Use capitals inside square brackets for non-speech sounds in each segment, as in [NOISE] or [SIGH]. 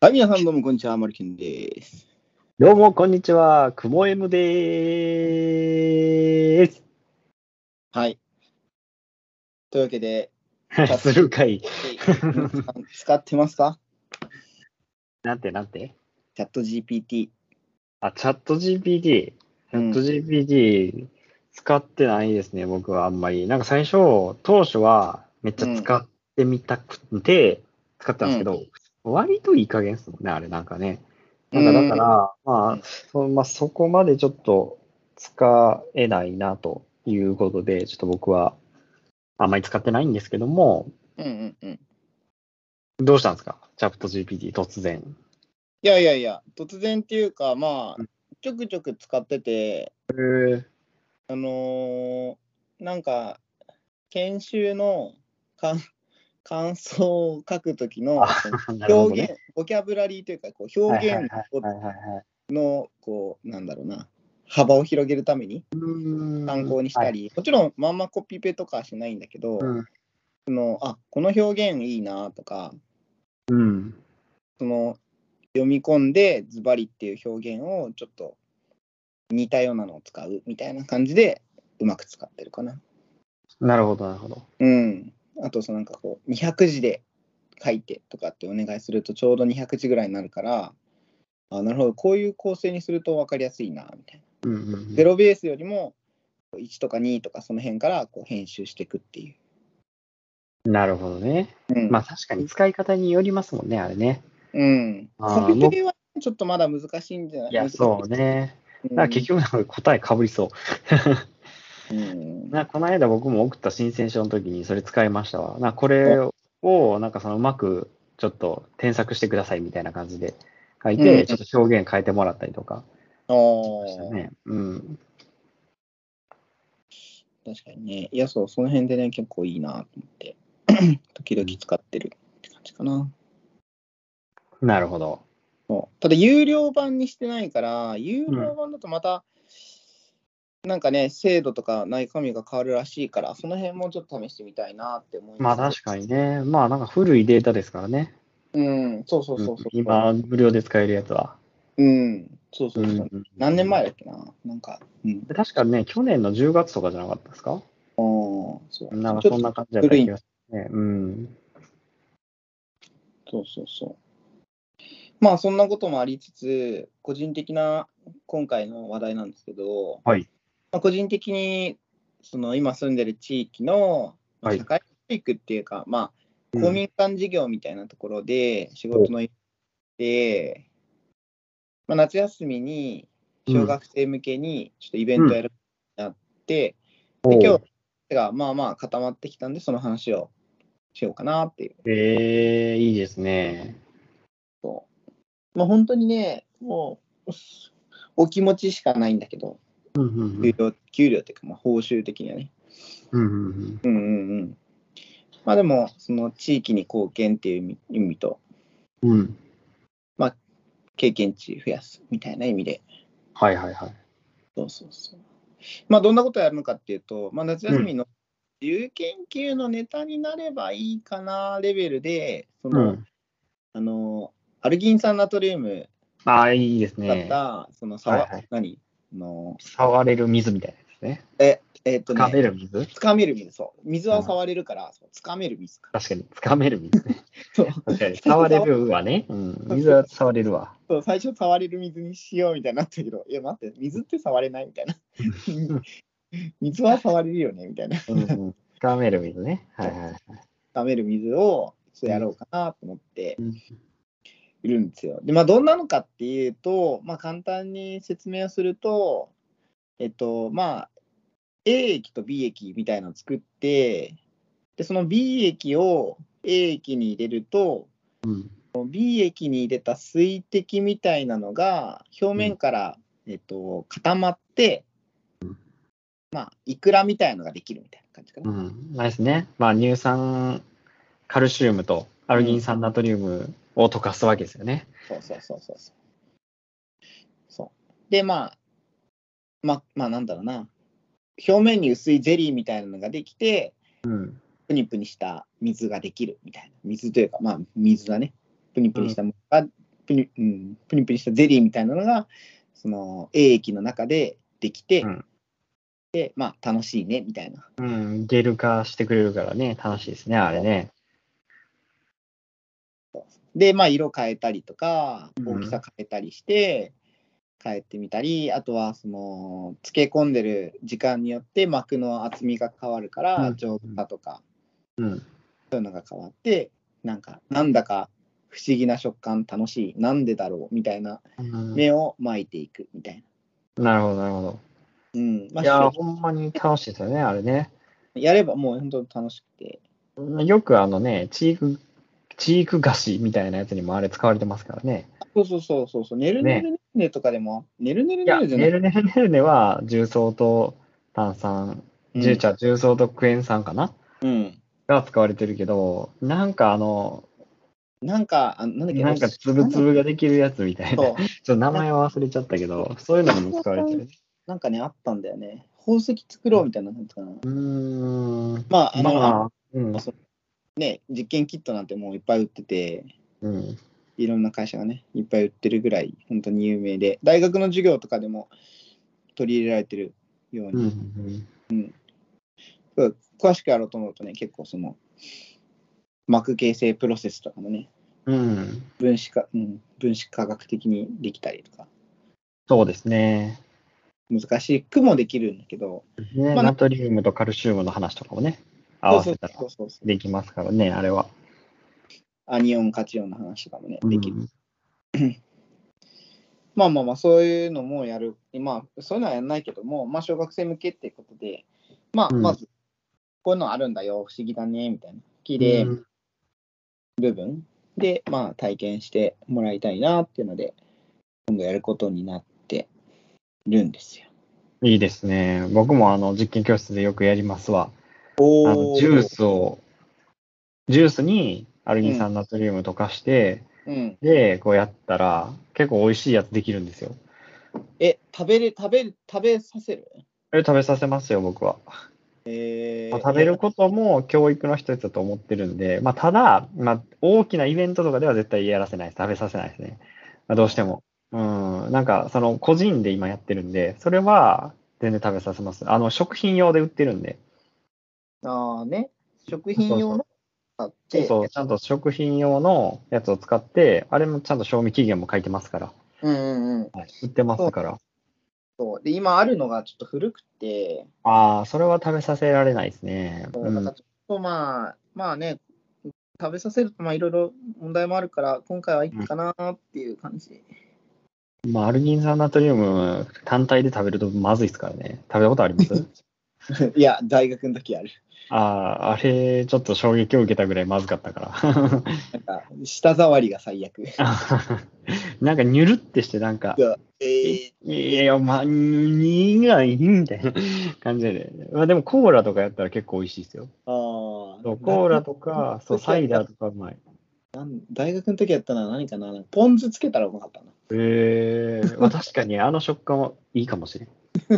はい、皆さんどうもこんにちは、森健です。どうも、こんにちは。くもえむでーはい。というわけで、す。するかい。皆さん使ってますか [LAUGHS] なんてなんてチャット GPT。あ、チャット GPT。チうャッんト GPT 使ってないですね、僕はあんまり。なんか最初、当初はめっちゃ使ってみたくて、使ったんですけど、割といい加減ですもんね、あれなんかね。なんかだから、まあそ、まあ、そこまでちょっと使えないなということで、ちょっと僕はあんまり使ってないんですけども、うんうんうん。いどうしたんですかチャット GPT 突然。やいやいや、突然っていうか、まあ、ちょくちょく使ってて、あのーなんか、研修の感 [LAUGHS] 感想を書くときのあそのなるほど表現、ね。ボキャブラリーというか、こう表現をはいはいはいはい。の、こう、なんだろうな、幅を広げるために、参参考にした。り、もちろんまんまコピペとかはしないんだけど、うんそのあこの表現いいなとかうん。その読み込んでズバリっていう表現をちょっと似たようなのを使うみたいな感じでうまく使ってるかな。なるほど、なるほど。うん、あとそのなんかこう200字で書いてとかってお願いするとちょうど200字ぐらいになるからあなるほどこういう構成にすると分かりやすいなみたいな。うんうんうんゼロベースよりも1とか2とかその辺からこう編集していくっていう。なるほどね。うんまあ確かに使い方によりますもんね、あれね。うん。あーコピペはちょっとまだ難しいんじゃないいや、そう。ね。だから難しい結局なんか答えかぶりそう。 [LAUGHS] うんなんかこの間僕も送った申請書の時にそれ使いましたわ。なんかこれをなんかそのうまくちょっと添削してくださいみたいな感じで書いうんて、ちょっと表現変えてもらったりとかあしましたーね。うん。確かにね。いや、そう、その辺でね、結構いいなと思って、 [CLEARS THROAT] 時々使ってるって感じかな。なるほど。そうただ、有料版にしてないから、有料版だとまた、なんかね、精度とか内髪が変わるらしいから、その辺もちょっと試してみたいなって思いまあす確かにね。まあなんか古いデータですからね。うん、そうそうそうそう。うん今、無料で使えるやつは。うん、そうそうそう。うん何年前だっけななんか、うん。確かね、去年の10月とかじゃなかったですかそうなんちょっかそとんな感じだった気がするね。うん。そうそうそう。まあそんなこともありつつ、個人的な今回の話題なんですけど、はいまあ、個人的にその今住んでる地域のまあはい社会教育っていうか、まあうん公民館事業みたいなところで仕事の一環で、まあ、夏休みに小学生向けにちょっとイベントやることになって、で今日手がまあまあ固まってきたんで、その話をしようかなっていう。えー、いいですね。そう。まあ本当にね、もう、お気持ちしかないんだけど、うんうんう給ん料給料っていうか、まあ、報酬的にはね。うんううんんうんうん。まあでも、その地域に貢献っていう意味意味と、うん。うん。経験値増やすみたいな意味で、はいはいはい。そうそうそう。まあどんなことやるのかっていうと、まあ、夏休みの自由研究のネタになればいいかなレベルで、その、うんあの、アルギン酸ナトリウムああ、いいですだっね。た、その、さわはいはい何あの、触れる水みたいなやつね。えっ、とつね、かめる水つかめる水、そう。水は触れるから、そうつかめる水か。確かに、つかめる水ね。そう確かに、触れるわね。うん。水は触れるわ。そう最初、触れる水にしようみたいになったけど、いや、待って、水って触れないみたいな。 [LAUGHS] 水は触れるよねみたいな。つうんうん。つかめる水ね。はいはいはい。かめる水をちょっとやろうかなと思ってうんいるんですよ。で、まあ、どんなのかっていうと、まあ、簡単に説明をすると、えっと、まあ、A 液と B 液みたいなのを作って、で、その B 液を A 液に入れると、うん。 B 液に入れた水滴みたいなのが表面から、えっと、固まって、まあ、いくらみたいなのができるみたいな感じかうな。ん、ないですね。まあ、乳酸カルシウムとアルギン酸ナトリウムを溶かすわけですよね。そうそうそうそうそう。そうで、まあ、まあ、まあ、なんだろうな。表面に薄いゼリーみたいなのができて、うん。プニプニした水ができるみたいな。水というか、まあ、水だね。プニプニしたものがプリ,、うん、プリンプリンしたゼリーみたいなのが、その、A 液の中でできて、うんで、まあ、楽しいね、みたいな。うん、ゲル化してくれるからね、楽しいですね、あれね。で、まあ、色変えたりとか、うん大きさ変えたりして、変えてみたり、あとは、その、漬け込んでる時間によって膜の厚みが変わるかうら、ん丈夫さとか、うん。変わって、なんか、なんだか不思議な食感楽しい、なんでだろうみたいなうん目を巻いていくみたいな。なるほど、なるほど。うん。まいやー、あ、ほんまに楽しいですよね、あれね。やればもう本当に楽しくて。よくあのね、チーク、チーク菓子みたいなやつにもあれ使われてますからね。そうそうそうそうそう、ねるねるねるねとかでも、ねるねるいねや、るねじゃないるねるねるねは重曹と炭酸、重茶、重曹とクエン酸かなうんうん。が使われてるけど、なんかあの、なんか、あなんだっけ、なんかつぶつぶができるやつみたいな。 [LAUGHS] ちょそっうと名前は忘れちゃったけど、そういうのにも使われてる。なんかね、あったんだよね。宝石作ろうみたいなのかな。うーん。まあ、あの、まあ、うん。ね、実験キットなんてもういっぱい売ってて、うん。いろんな会社がね、いっぱい売ってるぐらい、本当に有名で、大学の授業とかでも取り入れられてるよううに、ん。うん詳しくやろうと思うとね、結構その、膜形成プロセスとかもね、うん。分子化、うん、分子科学的にできたりとか、そうですね。難しくもできるんだけど、ねまあナトリウムとカルシウムの話とかもね、合わせたらそうそうそうそうできますからね、あれは。アニオン、カチオンの話とかもね、できる。うんまあまあまあ、そういうのもやる、まあ、そういうのはやらないけども、まあ、小学生向けっていうことで、まあ、うんまず、こういうのあるんだよ、不思議だね、みたいな、綺麗うん部分で、まあ、体験してもらいたいなっていうので、今度やることになってるんですよ。いいですね。僕もあの実験教室でよくやりますわ。あのジュースを、ジュースにアルギン酸ナトリウム溶かして、うん、で、こうやったら、結構美味しいやつできるんですよ。え、食べれ、食べる、食べさせるあれ食べさせますよ、僕は。えまあ食べることも教育の一つだと思ってるんで、まあ、ただ、まあ、大きなイベントとかでは絶対やらせないです。食べさせないですね。まあ、どうしても。うん、なんか、その、個人で今やってるんで、それは全然食べさせます。あの、食品用で売ってるんで、ああね、食品用のあって、そう、ちゃんと食品用のやつを使って、あれもちゃんと賞味期限も書いてますから、うんうんうん、売ってますから。そう。で、今あるのがちょっと古くて、ああ、それは食べさせられないですね。そううだんからちょっとまあ、まあね、食べさせるとまあいろいろ問題もあるから、今回はいいかなっていう感じ。まあ、アルギン酸ナトリウム単体で食べるとまずいですからね。食べたことありますいや、大学の時ある。ああ、あれ、ちょっと衝撃を受けたぐらいまずかったかなんか、舌触りが最悪。ら。 [LAUGHS] なんか、ニュルってして、なんか、えー、いや、まあ、にがいいみたいな感じで。まあ、でも、コーラとかやったら結構美味しいですよ。あそうあ。コーラとか、そう、サイダーとかうまい。大学の時やったのは何かなポン酢つけたらうまかったな。 [LAUGHS] ええまあ、確かに、あの食感はいいかもしれ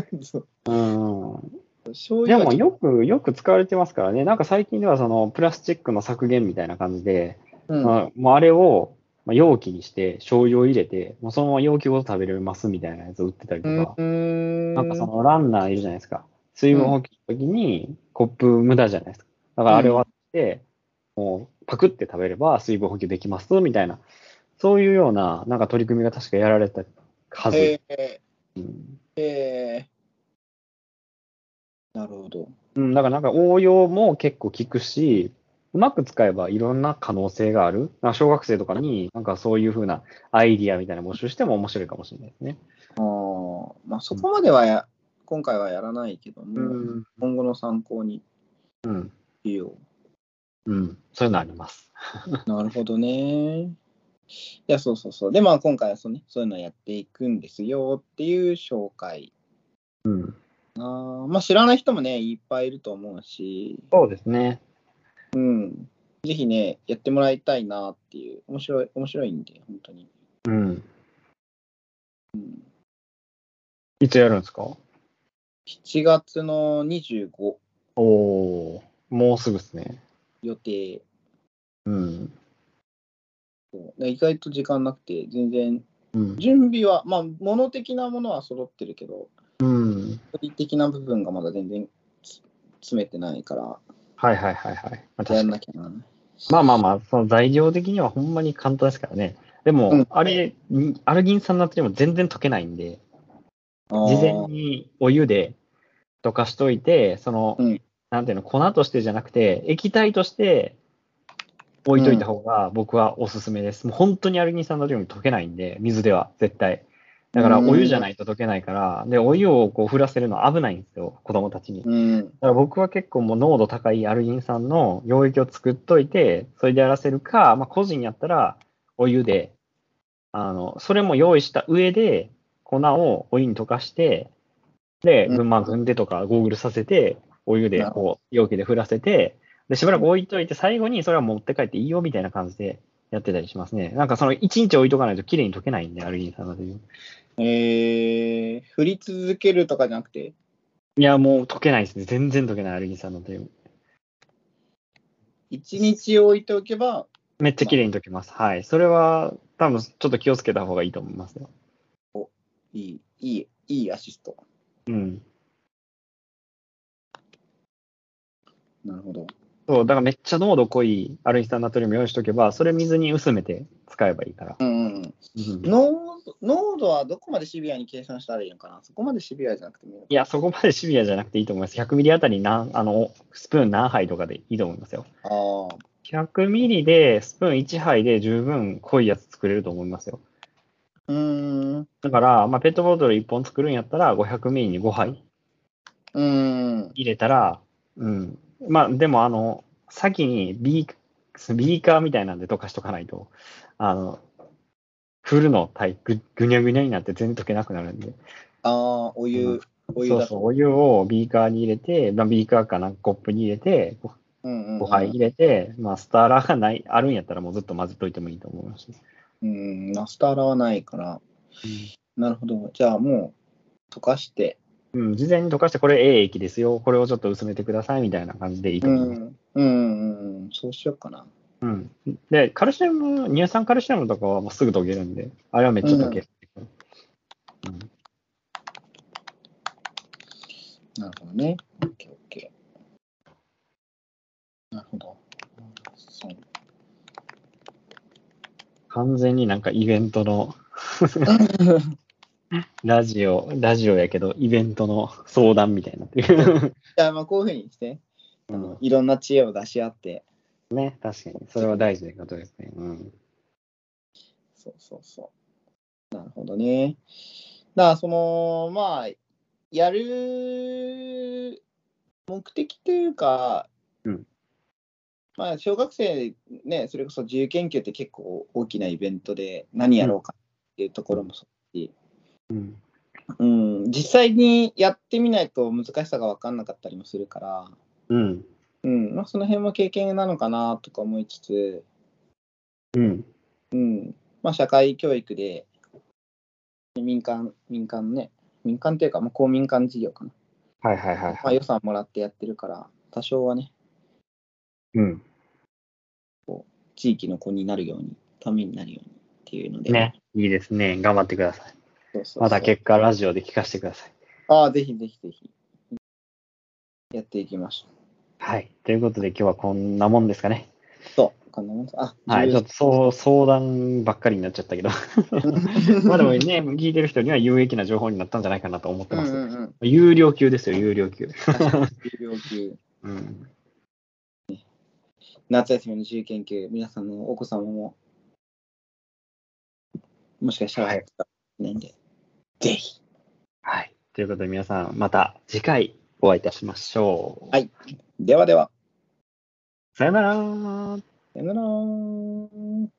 ん。そううん。醤で油もはよく、よく使われてますからね。なんか最近ではそのプラスチックの削減みたいな感じで、うん、まあもうあれをまあ容器にして醤油を入れて、もうそのまま容器ごと食べれますみたいなやつを売ってたりとか、うん。なんかそのランナーいるじゃないですか。水分補給の時にコップ無駄じゃないですか。だからあれを割って、もうパクって食べれば水分補給できますみたいな、そういうようななんか取り組みが確かやられたはず。えーうんえーなるほど。うん、だからなんか応用も結構効くし、うまく使えばいろんな可能性がある。なんか小学生とかに、なんかそういうふうなアイディアみたいな募集しても面白いかもしれないですね。あーまあ、そこまではや、今回はやらないけども、うん。今後の参考に利用。うん。そういうのあります。なるほどね。いや、そうそうそう。で、まあ、今回はそう,、ね、そういうのやっていくんですよっていう紹介。うん。あーまあ、知らない人もね、いっぱいいると思うし、そうですね。うん。ぜひね、やってもらいたいなっていう、面白い、面白いんで、本当に。うん。いつやるんですか7月の25おおーもうすぐですね。予定うん。そうで意外と時間なくて、全然、うん。準備は、まあ、物的なものは揃ってるけど、うん。物理的な部分がまだ全然つ詰めてないから、はいはいはいはい。まあ、や確んかなにきゃな。まあまあまあ、その材料的にはほんまに簡単ですからね。でも、うんあれ、にアルギン酸になっても全然溶けないんで、あ事ー前にお湯で溶かしといて、その、うんなんていうの、粉としてじゃなくて、液体として置いといた方が僕はおすすめです。もう本当にアルギン酸ナトリウム溶けないんで、水では絶対。だからうんお湯じゃないと溶けないから、で、お湯をこう振らせるのは危ないんですよ、子供たちに。だうん。から僕は結構もう濃度高いアルギン酸の溶液を作っといて、それでやらせるか、まあ個人やったらお湯で、あの、それも用意した上で、粉をお湯に溶かして、で、うんまあ、軍手とかゴーグルさせて、お湯でなるこう、容器で振らせて、で、しばらく置いといて、最後にそれは持って帰っていいよみたいな感じでやってたりしますね。なんかその一日置いとかないと綺麗に溶けないんで、アルギン酸ナトリウム。えー、振り続けるとかじゃなくて、いや、もう溶けないですね。全然溶けない、アルギン酸ナトリウム。一日置いておけば、めっちゃ綺麗に溶けます。はい。それは、多分ちょっと気をつけた方がいいと思いますよ。いい、いい、いいアシスト。うん。なるほど。そう、だからめっちゃ濃度濃いアルギン酸ナトリウム用意しとけば、それ水に薄めて使えばいいから。うんうんうん。うん濃度濃度はどこまでシビアに計算したらいいのかなそこまでシビアじゃなくてもいいのかいや、そこまでシビアじゃなくていいと思います。100ミリあたり何、あの、スプーン何杯とかでいいと思いますよ。あー100ミリでスプーン1杯で十分濃いやつ作れると思いますよ。うーん。だから、まあ、ペットボトル1本作るんやったら、500ミリに5杯うーん。入れたら、うん。まあ、でも、あの、先にビービーカーみたいなんで溶かしとかないと、あの、振るのタイぐ、ぐにゃぐにゃになって全然溶けなくなるんで。ああ、お湯、お湯そだうそう、お湯をビーカーに入れて、まあ、ビーカーかなんかコップに入れて、うんうんうん5杯入れて、まあ、スターラーがない、あるんやったらもうずっと混ぜといてもいいと思いますし。うん、ナスタ洗わないから。なるほど。じゃあもう、溶かして。うん、事前に溶かして、これ A 液ですよ、これをちょっと薄めてくださいみたいな感じでいいとう思んいます。。うんうんうん。そうしようかな。で、カルシウム、乳酸カルシウムとかはもうすぐ溶けるんで、あれはめっちゃ溶ける。うんなるほどね。オッケーオッケー。なるほど。そう完全になんかイベントの [LAUGHS] ラジオ、ラジオやけど、イベントの相談みたいになってる。じゃあまあこういうふうにして、あのうんいろんな知恵を出し合って。ね、確かに。それは大事なことですね。うん。そうそうそう。なるほどね。だからそのまあやる目的というか、うんまあ小学生ねそれこそ自由研究って結構大きなイベントで何やろうかっていうところもそうし、うん。うん実際にやってみないと難しさが分かんなかったりもするから、うん。うんまあ、その辺も経験なのかなとか思いつつ、うん。うんまあ、社会教育で民間、民間ね、民間というか、まあ、公民間事業かな、はいはいはい、まはあ、い。予算もらってやってるから、多少はね、うん。地域の子になるように、ためになるようにっていうので、ね、いいですね。頑張ってください。そうそうそうまた結果、ラジオで聞かせてください。ああ、ぜひぜひぜひ、やっていきましょはい。ということで、今日はこんなもんですかね。う。そう、こんなもんですあ、はい。ちょっ重とそう相談ばっかりになっちゃったけど。要 [LAUGHS] まあでもね、聞いてる人には有益な情報になったんじゃないかなと思ってうんまうす。んうん、有料級ですよ、有料級。確かに重量級うん。夏休みの自由研究、皆さんのお子様も、もしかしたら入ってたかもしれないんで、ぜひ。はい。ということで、皆さん、また次回お会いいたしましょう。はいではでは、さよなら。さよなら。